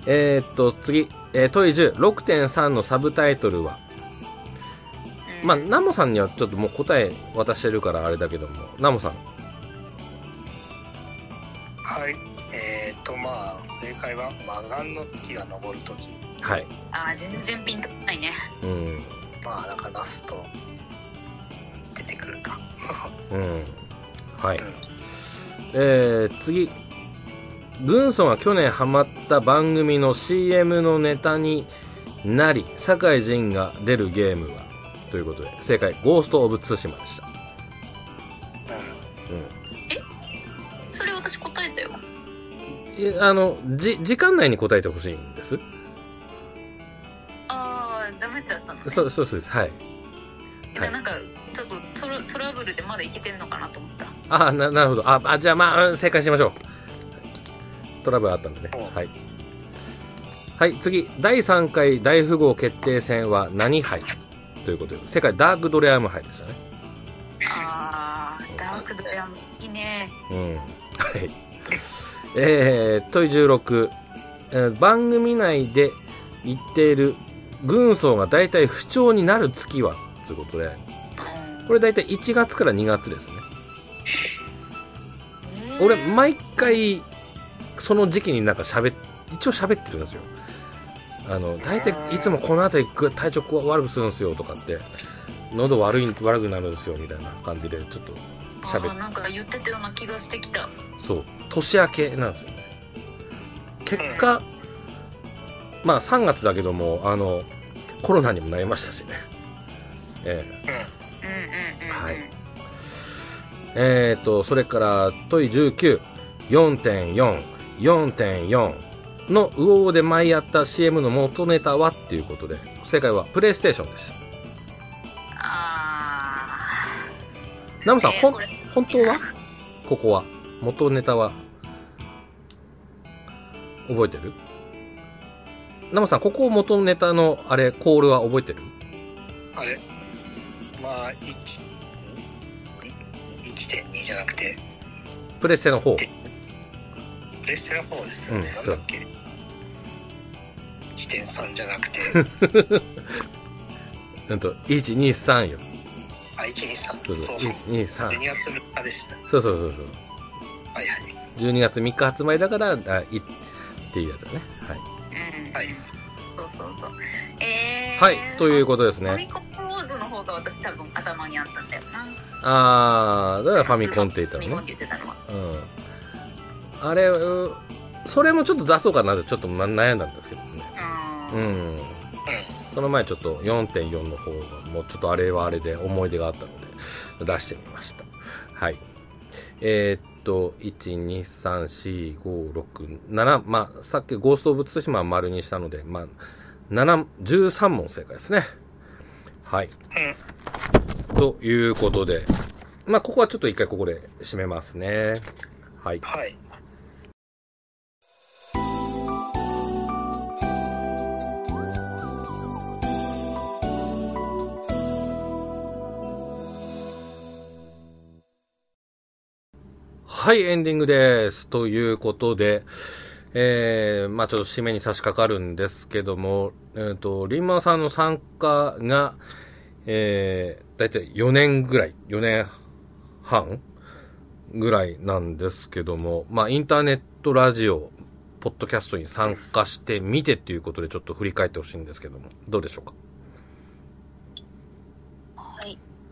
えーっと、次、えー、問い10、6.3のサブタイトルは、
ー、
まあ、
うん
ナモさんにはちょっともう答え渡してるからあれだけども、ナモさん。
はいえー、とまあ正解は「魔眼の月が昇る時
はい。
あー、全然ピンとこないね。
うん。」
まあだからラスト出てくるか
うん。はい
うん。
えー、次、軍曹が去年ハマった番組の CM のネタになり、酒井仁が出るゲームはということで、正解、ゴースト・オブ・ツシマでした。うん。
それ私答えたよ。
いやあのじ時間内に答えてほしいんです。
あー、ダメだったのね。
そうそうそうです。はい。
けどなんか、ちょっとトラトラブルでまだいけてんのかなと思った。
あななるほど。ああじゃあまあうん正解しましょう。トラブルあったんでね
お。
はい。はい次第3回大富豪決定戦は何杯ということで世界ダークドレアム杯でしたね。
あー、ダークドラムいいね。
うん。はい。 えー、問い16、えー番組内で言っている軍曹が大体不調になる月はということで、これ大体1月から2月ですね。
えー
俺、毎回、その時期になんか喋っ、一応喋ってるんですよ。あの、大体、いつもこの辺りぐ体調こう悪くするんですよとかって、喉悪い、悪くなるんですよみたいな感じで、ちょっと喋
あー
る。
なんか言ってたような気がしてきた。
そう、年明けなんですよね。結果、まあ3月だけども、あの、コロナにもなりましたしね。ええ
うん
うんうんうんうん。
はいえー、と、それから、問い19、4.4、4.4のウオウオで前やった CM の元ネタはっていうことで、正解はプレイステーションでした。
あ
ナムさん、
えー
ほん
これ
本当はここは元ネタは覚えてるナムさん、ここ元ネタのあれ、コールは覚えてる
あれまあ1 1.2じゃなくて
プレステの方。
プレステの方ですよね、
うん
なんだっけ1.3じゃなく て
うんと、1、2、3よ。
あ123
そうそう、1、2、3
12。月6日でした
そうそうそうそう。
はいはい
12月3日発売だから、あいっていうやつだね。はい。
ー。うん。
はい。
そうそうそう。えー。
はい、ということです
ファミ
ね。
コンポーズの方が私多分頭にあったんだよな。
あー、だからファミコンって言ったの
ファミコンっ
ね。
て言ってたのは。
うん。あれ、うそれもちょっと出そうかなってちょっとな悩んだんですけどね。
う。
うんん。
う
その前ちょっと4.4の方が、もうちょっとあれはあれで思い出があったので、出してみました。はい。えーっと、1、2、3、4、5、6、7、まあ、さっきゴースト・オブ・ツシマは丸にしたので、まあ、7、13問正解ですね。はい。
んうん
ということで、まあ、ここはちょっと一回ここで締めますね。はい。
はい
はい、エンディングです。ということで、えー、まあちょっと締めに差し掛かるんですけども、えっ、と、リンマンさんの参加が、えー、だいたい4年ぐらい、4年半ぐらいなんですけども、まあインターネットラジオ、ポッドキャストに参加してみてということで、ちょっと振り返ってほしいんですけども、どうでしょうか。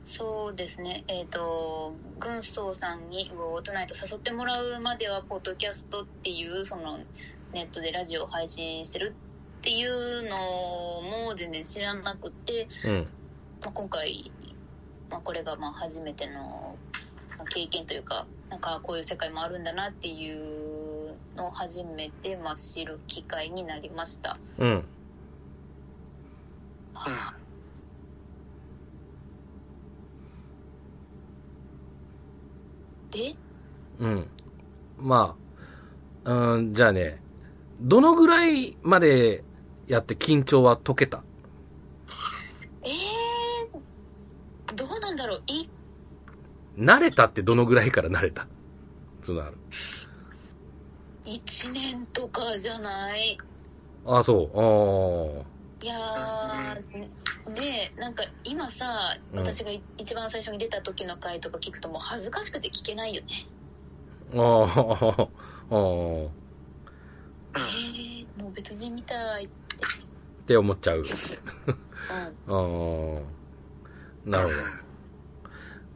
そうですね、えっ、と、軍曹さんにウオートナイト誘ってもらうまでは、ポッドキャストっていう、その、ネットでラジオを配信してるっていうのも全然知らなくて、
うん。
まあ、今回、まあ、これがまあ初めてのまあ経験というか、なんかこういう世界もあるんだなっていうのを初めて、まあ、知る機会になりました。
うん。
で、
うん。まあ、うん、じゃあね、どのぐらいまでやって緊張は解けた
えー、どうなんだろう、い
慣れたってどのぐらいから慣れたつうのある。
1年とかじゃない。
あ、そう。あ
いやー、で、なんか今さ、
うん
私がい一番最初に出た時の回とか聞くと、もう恥ずかしくて聞けないよね。
あ。ああ。ああ。
えー、もう別人みたい。
って思っちゃう。
うん。
ああ。なるほど。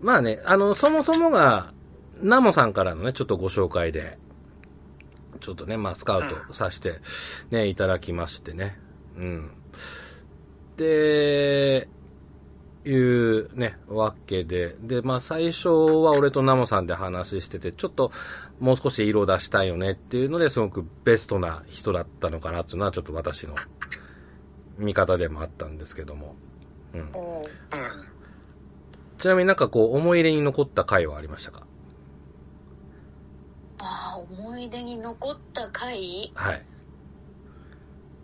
まあね、あの、そもそもが、ナモさんからのね、ちょっとご紹介で、ちょっとね、まあ、スカウトさせて、ね、いただきましてね。うん。で、いうね、わけで。で、まあ、最初は俺とナモさんで話してて、ちょっと、もう少し色出したいよねっていうのですごくベストな人だったのかなっていうのは、ちょっと私の見方でもあったんですけども。うん。
おう
ちなみになんかこう、思い入れに残った回はありましたか
ああ、思い出に残った回
はい。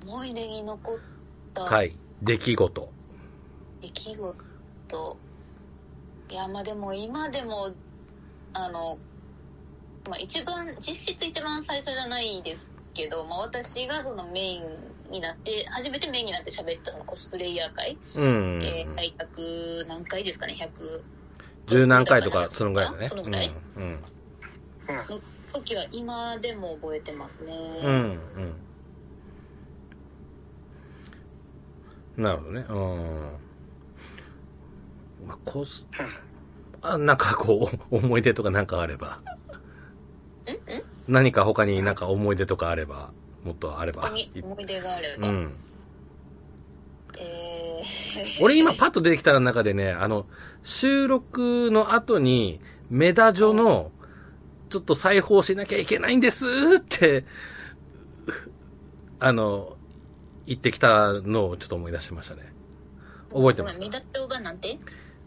思い出に残った
回、出来事。
出来事。いや、まあでも今でも、あの、まあ一番、実質一番最初じゃないですけど、まあ私がそのメインになって、初めてメインになって喋ったそのコスプレイヤー会、
うん。
えー、はい100何回ですかね、100
十何回とか、そのぐらいだね。
そのぐらい
うん。うん
の時は今でも覚えてますね。
うん、うん。なるほどね。うん。まあ、こうす、あ、なんかこう、 思い出とかなんかあれば。
んん
何か他になんか思い出とかあれば、もっとあれ
ここ
ば。
に
い
思い出があれば。
うん。
えー、
俺今パッと出てきた中でね、あの、収録の後に、メダジョの、ちょっと裁縫しなきゃいけないんですって、 あの、言ってきたのをちょっと思い出しましたね。覚えてます
ごめん目立ちようがなんて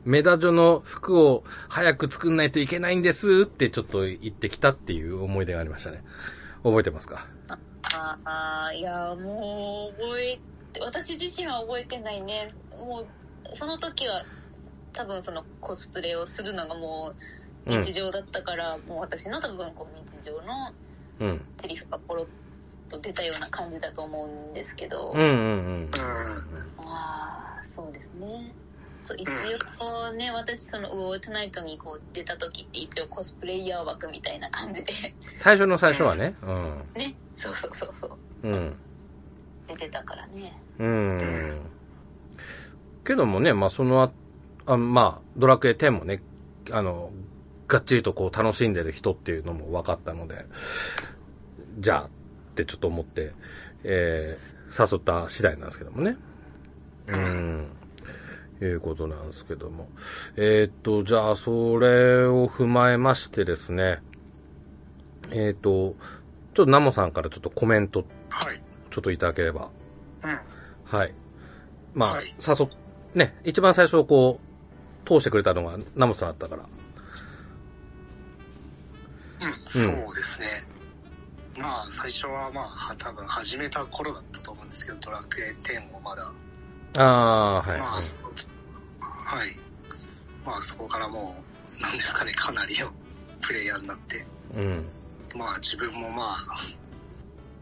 メダジョの服を早く作んないといけないんですってちょっと言ってきたっていう思い出がありましたね。覚えてますか
ああ、いや、もう覚えて、私自身は覚えてないね。もう、その時は、多分そのコスプレをするのがも
う
うん日。常だったから、もう私の多分こう日常の
うん。
セリフがポロッと出たような感じだと思うんですけど、
うんうん
ああ、そうですね。そう一応ね、私そのウォートナイトにこう出た時って一応コスプレイヤー枠みたいな感じで、
うん。最初の最初はね。うん。
ね、そうそうそうそう、
うん。
出てたからね。
うん。けどもね、まあ、そのあ、あまあ、ドラクエ10もね、あの、がっちりとこう楽しんでる人っていうのも分かったので、じゃあってちょっと思って、えー、誘った次第なんですけどもね。うん。いうことなんですけども。えーっと、じゃあ、それを踏まえましてですね、えーっと、ちょっとナモさんからちょっとコメント
はい。
ちょっといただければ。
うん。
はい。まあ、
はい
誘っ、ね、一番最初こう、通してくれたのがナムさんだったから。
うん、そうですね。まあ、最初は、まあ、は多分始めた頃だったと思うんですけど、ドラクエ10をまだ、
ああ、はい。
まあ、そうはい。まあ、そこからもう、なんですかね、かなりのプレイヤーになって、
うん。
まあ、自分もまあ、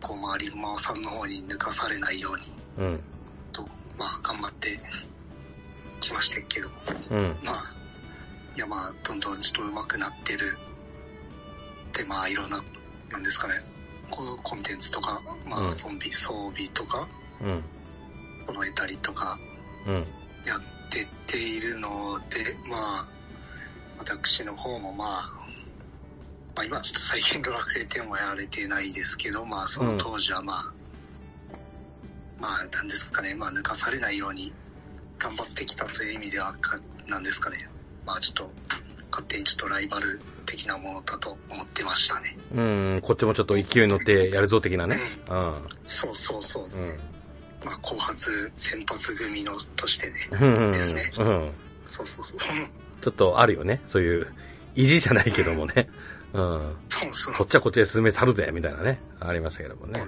こう、周りのさんの方に抜かされないように、
うん。
と、まあ、頑張ってきましたけど、
うん。
まあ、いやまあ、どんどんちょっと上手くなってる。で、まあ、いろんな、なんですかね、こうコンテンツとか、ま
うん
あ、装備、装備とか、
うん。
揃えたりとか、
うん。
やってっているので、まあ、私の方もまあ、まあ、今ちょっと最近ドラクエ10はやられてないですけど、まあその当時はまあ、まあなんですかね、まあ抜かされないように頑張ってきたという意味ではか、なんですかね、まあちょっと勝手にちょっとライバル的なものだと思ってましたね。
うん、こっちもちょっと勢い乗ってやるぞ的なね。うん。
そうそうそうです
う
ね。
ん。
まあ後発先発組のとしてね。
うん。
ですね
うん。
そうそうそう。
ちょっとあるよね。そういう、意地じゃないけどもね。うん。
そうそう。
こっちはこっちで進めたるぜ、みたいなね。ありましたけどもね。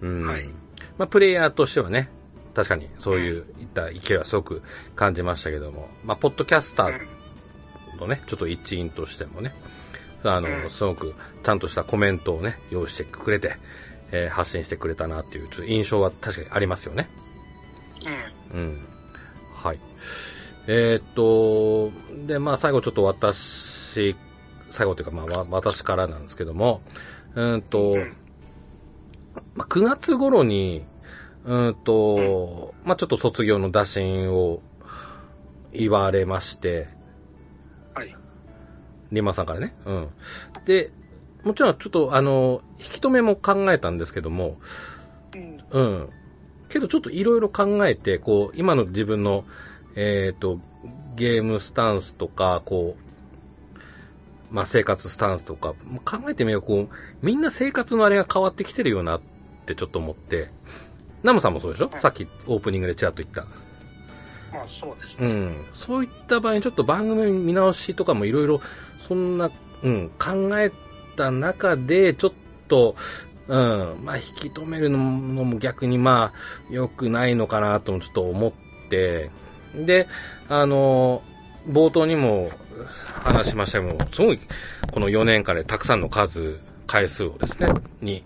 うん。
はい
まあ、プレイヤーとしてはね、確かにそういういった勢いはすごく感じましたけども、まあ、ポッドキャスタ
う
ー
ん
のね、ちょっと一員としてもね、あ
う
の、
ん
すごくちゃんとしたコメントをね、用意してくれて、えー発信してくれたなっていうちょっと印象は確かにありますよね。
う
うん。はい。えーっと、で、まあ最後ちょっと私、最後というかまあわ私からなんですけども、うーんと、
ん。
まあ、9月頃に、うーんと、まあちょっと卒業の打診を言われまして、
はい。
リンマさんからね。うん。で、もちろんちょっとあの、引き止めも考えたんですけども、
うん。
うん。けどちょっといろいろ考えて、こう、今の自分の、えっ、と、ゲームスタンスとか、こう、まあ、生活スタンスとか、もう考えてみれば、こう、みんな生活のあれが変わってきてるよなってちょっと思って、ナムさんもそうでしょ、
はい
さっきオープニングでちらっと言った。
まあそうです
う
ね。
ん。そういった場合にちょっと番組見直しとかもいろいろ、そんな、うん、考えた中で、ちょっと、うん、まあ、引き止めるのも逆にまあ、良くないのかなともちょっと思って、で、あの、冒頭にも話しましたけども、すごい、この4年間でたくさんの数、回数をですね、に、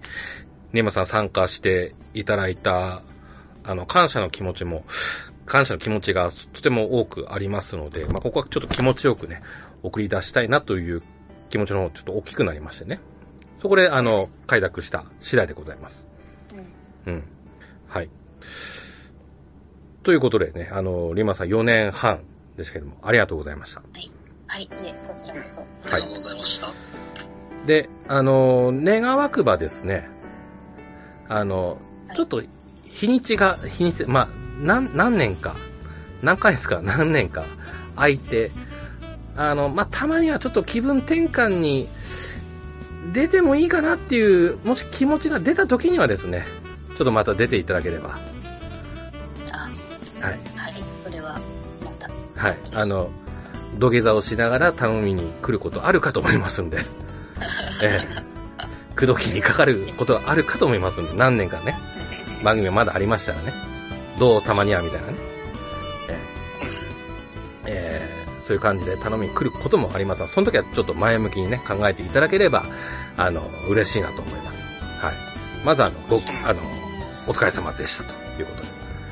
ネマさん参加していただいた、あの、感謝の気持ちも、感謝の気持ちがとても多くありますので、まあ、ここはちょっと気持ちよくね、送り出したいなという気持ちの方がちょっと大きくなりましてね。そこで、あの、快諾した次第でございます。うん。はい。ということでね、あの、リマさん4年半ですけども、ありがとうございました。
はい、いえ、こちらこそ。
ありがとうございました。
で、あの、願わくばですね、あの、ちょっと、日にちが、日にち、まあ、何、何年か、何回ですか、何年か、空いて、あの、まあ、たまにはちょっと気分転換に出てもいいかなっていう、もし気持ちが出た時にはですね、ちょっとまた出ていただければ、
あ、
はい。
はい、それは、また。
はい。あの、土下座をしながら頼みに来ることあるかと思いますんで、ええ、口説きにかかることはあるかと思いますんで、何年かね、 番組はまだありましたらね、どうたまにはみたいなね、ええええそういう感じで頼みに来ることもありますが、その時はちょっと前向きにね、考えていただければ、あの、嬉しいなと思います。はい。まずあの、ご、あの、お疲れ様でしたということで、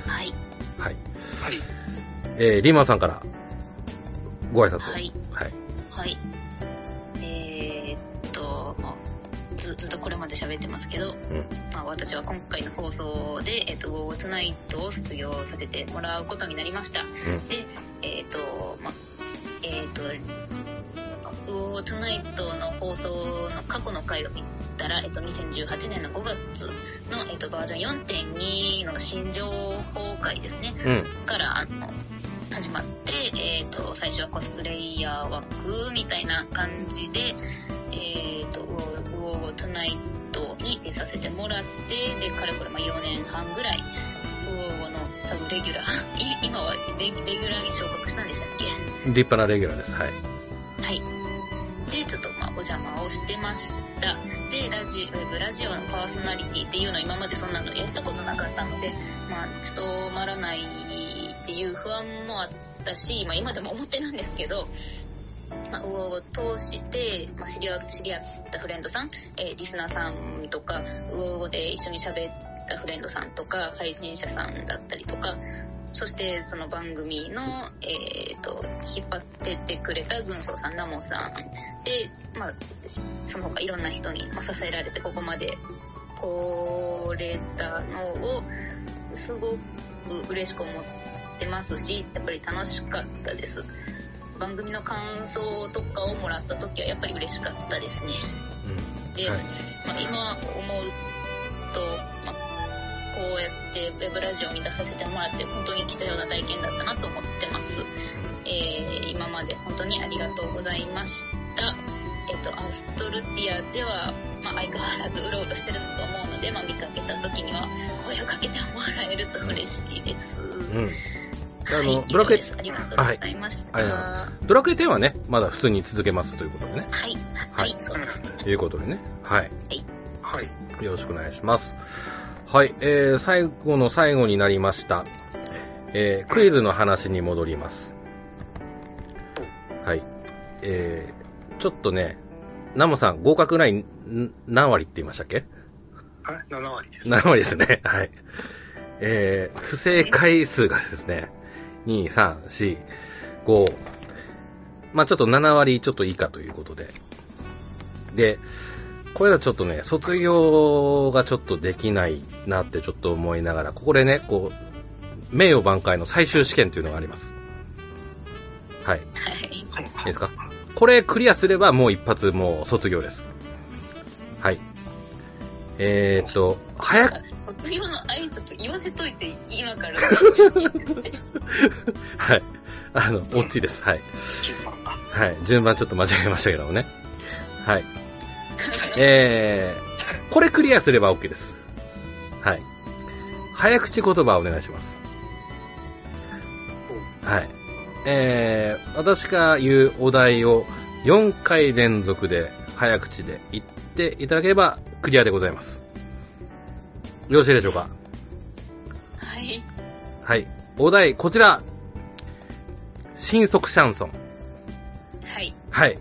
はい、
はい。
はい。
えー、リーマンさんからご挨拶を。
はい、
はい。
はい。えーっと、まあずずっとこれまで喋ってますけ
う
ど、
ん
まあ、私は今回の放送で、えーっと、ウォーズナイトを卒業させてもらうことになりました。で、えーっと、まあ、えーっと、ウォーズナイトの放送の過去の回を見たら、えーっと、2018年の5月の、えーっと、バージョン4.2の新情報回ですね。
うん。
からあの始まって、えー、と最初はコスプレイヤー枠みたいな感じで、えー、とウォーウォートゥナイトに出させてもらってでかれこれまあ4年半ぐらいウォーの多分レギュラーい今はレレギュラーに昇格したんでしたっけ
立派なレギュラーです。はい。
はいでちょっとまあお邪魔をしてましたでラジウェブラジオのパーソナリティっていうの今までそんなのやったことなかったのでまあ、務まらないっていう不安もあったし、まあ、今でも思ってるんですけど、まあ、を通して、まあ、知り合知り合ったフレンドさん、えーリスナーさんとか、ウオで一緒に喋ったフレンドさんとか、配信者さんだったりとか、そしてその番組の、えー、と引っ張ってってくれた軍曹さん、ナモさんで、まあ、その他いろんな人に、まあ、支えられてここまで来れたのをすごく嬉しく思ってってますしやっぱり楽しかったです番組の感想とかをもらった時はやっぱり嬉しかったですね、で、
はい
まあ、今思うと、まあ、こうやってウェブラジオを見出させてもらって本当に貴重な体験だったなと思ってます、えー今まで本当にありがとうございましたえっと、アストルティアでは、まあ、相変わらずうろうろしてると思うので、まあ、見かけた時には声をかけてもらえると嬉しいです。
うんあ
はい
の
以上
ブラケ
ですありがとうございました。
はい
は
ドラクエ10はね、まだ普通に続けますということでね。
い、
は
はいい、そうです
ということでね。はい。
はい。
よろしくお願いします。はい。えー、最後の最後になりました。えー、クイズの話に戻ります。はい。えー、ちょっとね、ナモさん、合格ライン、ん何割って言いましたっけ
あれ ?7 割です。
7割ですね。はい。えー、不正回数がですね、2、3、4、5。まあちょっと7割ちょっと以下ということで。で、これがちょっとね、卒業がちょっとできないなってちょっと思いながら、ここでね、こう、名誉挽回の最終試験というのがあります。はい。い
はい。
いですかこれクリアすればもう一発もう卒業です。はい。えーっと、早く、
卒業の挨拶言わせといて、今から言って言って。
はい。あの、オチです。はい。
順番が。
はい。順番ちょっと間違えましたけどもね。はい。えー、これクリアすれば OK です。はい。早口言葉お願いします。はい。えー、私が言うお題を4回連続で早口で言っていただければクリアでございます。よろしいでしょうか
はい。
はい。お題、こちら。新速シャンソン。
はい。
はい。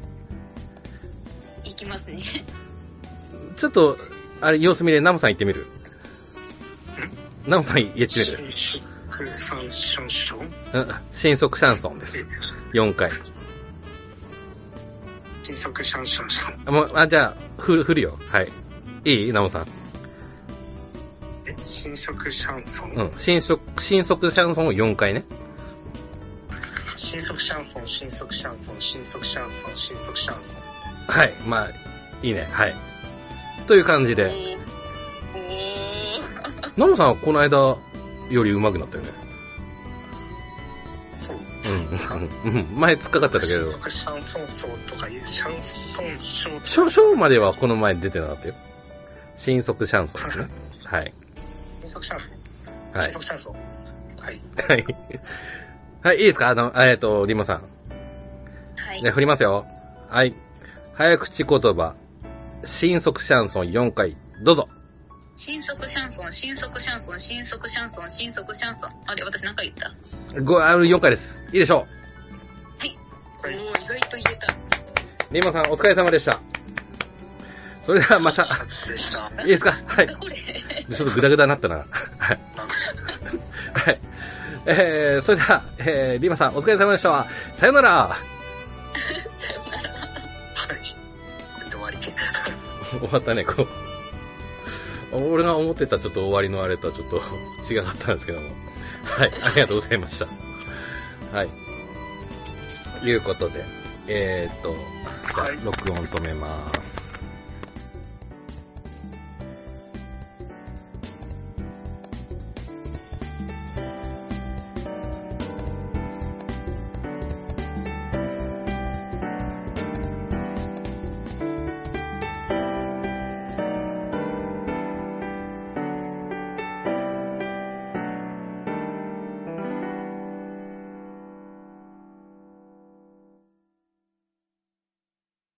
いきますね。
ちょっと、あれ、様子見で、ナムさん行ってみるナムさん言ってみる
シンションションション
うん新速シャンソンです。4回。
新速シャンションション。
もう、あ、じゃあ、振る、振るよ。はい。いいナムさん。
え、新速シャンソン、
うん。新速、新速シャンソンを4回ね。
新速シャンソン、新速シャンソン、新速シャンソン、新速シャンソン。
はい。まあ、いいね。はい。という感じ
え
で、
ーえ
ナムさんはこの間より上手くなったよね。
そう。
うん。うん。前突っかかったんだけど
新、速シャンソンソーとかいう、シャンソンショー
少々まではこの前出てなかったよ。新速シャンソンですね。はい。
新速シャンソン、
は
新
い。
速シャンソン。はい。
はい。はい、いいですかあの、えっ、と、リモさん。
ーはい
じゃあ振りますよ。はい。早口言葉、新速シャンソン4回、どうぞ。
新速シャンソン、新速シャンソン、新速シャンソン、新速シャンソン。あれ、私何回言った
ごあの4回です。いいでしょ
はい。
は
も
いう
意外と言えた。
う。リモさん、お疲れ様でした。それではま た、
でした。
いいですかはい。ち
これ。
ょっとグダグダになったな。はい。はい。えー、それでは、えー、リマさん、お疲れ様でした。さよなら。
はい。終わり。
終わったね、こう。俺が思ってたちょっと終わりのあれとはちょっと 違かったんですけども。はい、ありがとうございました。はい。いうことで、えー、っと、じゃあ
はい
録音止めます。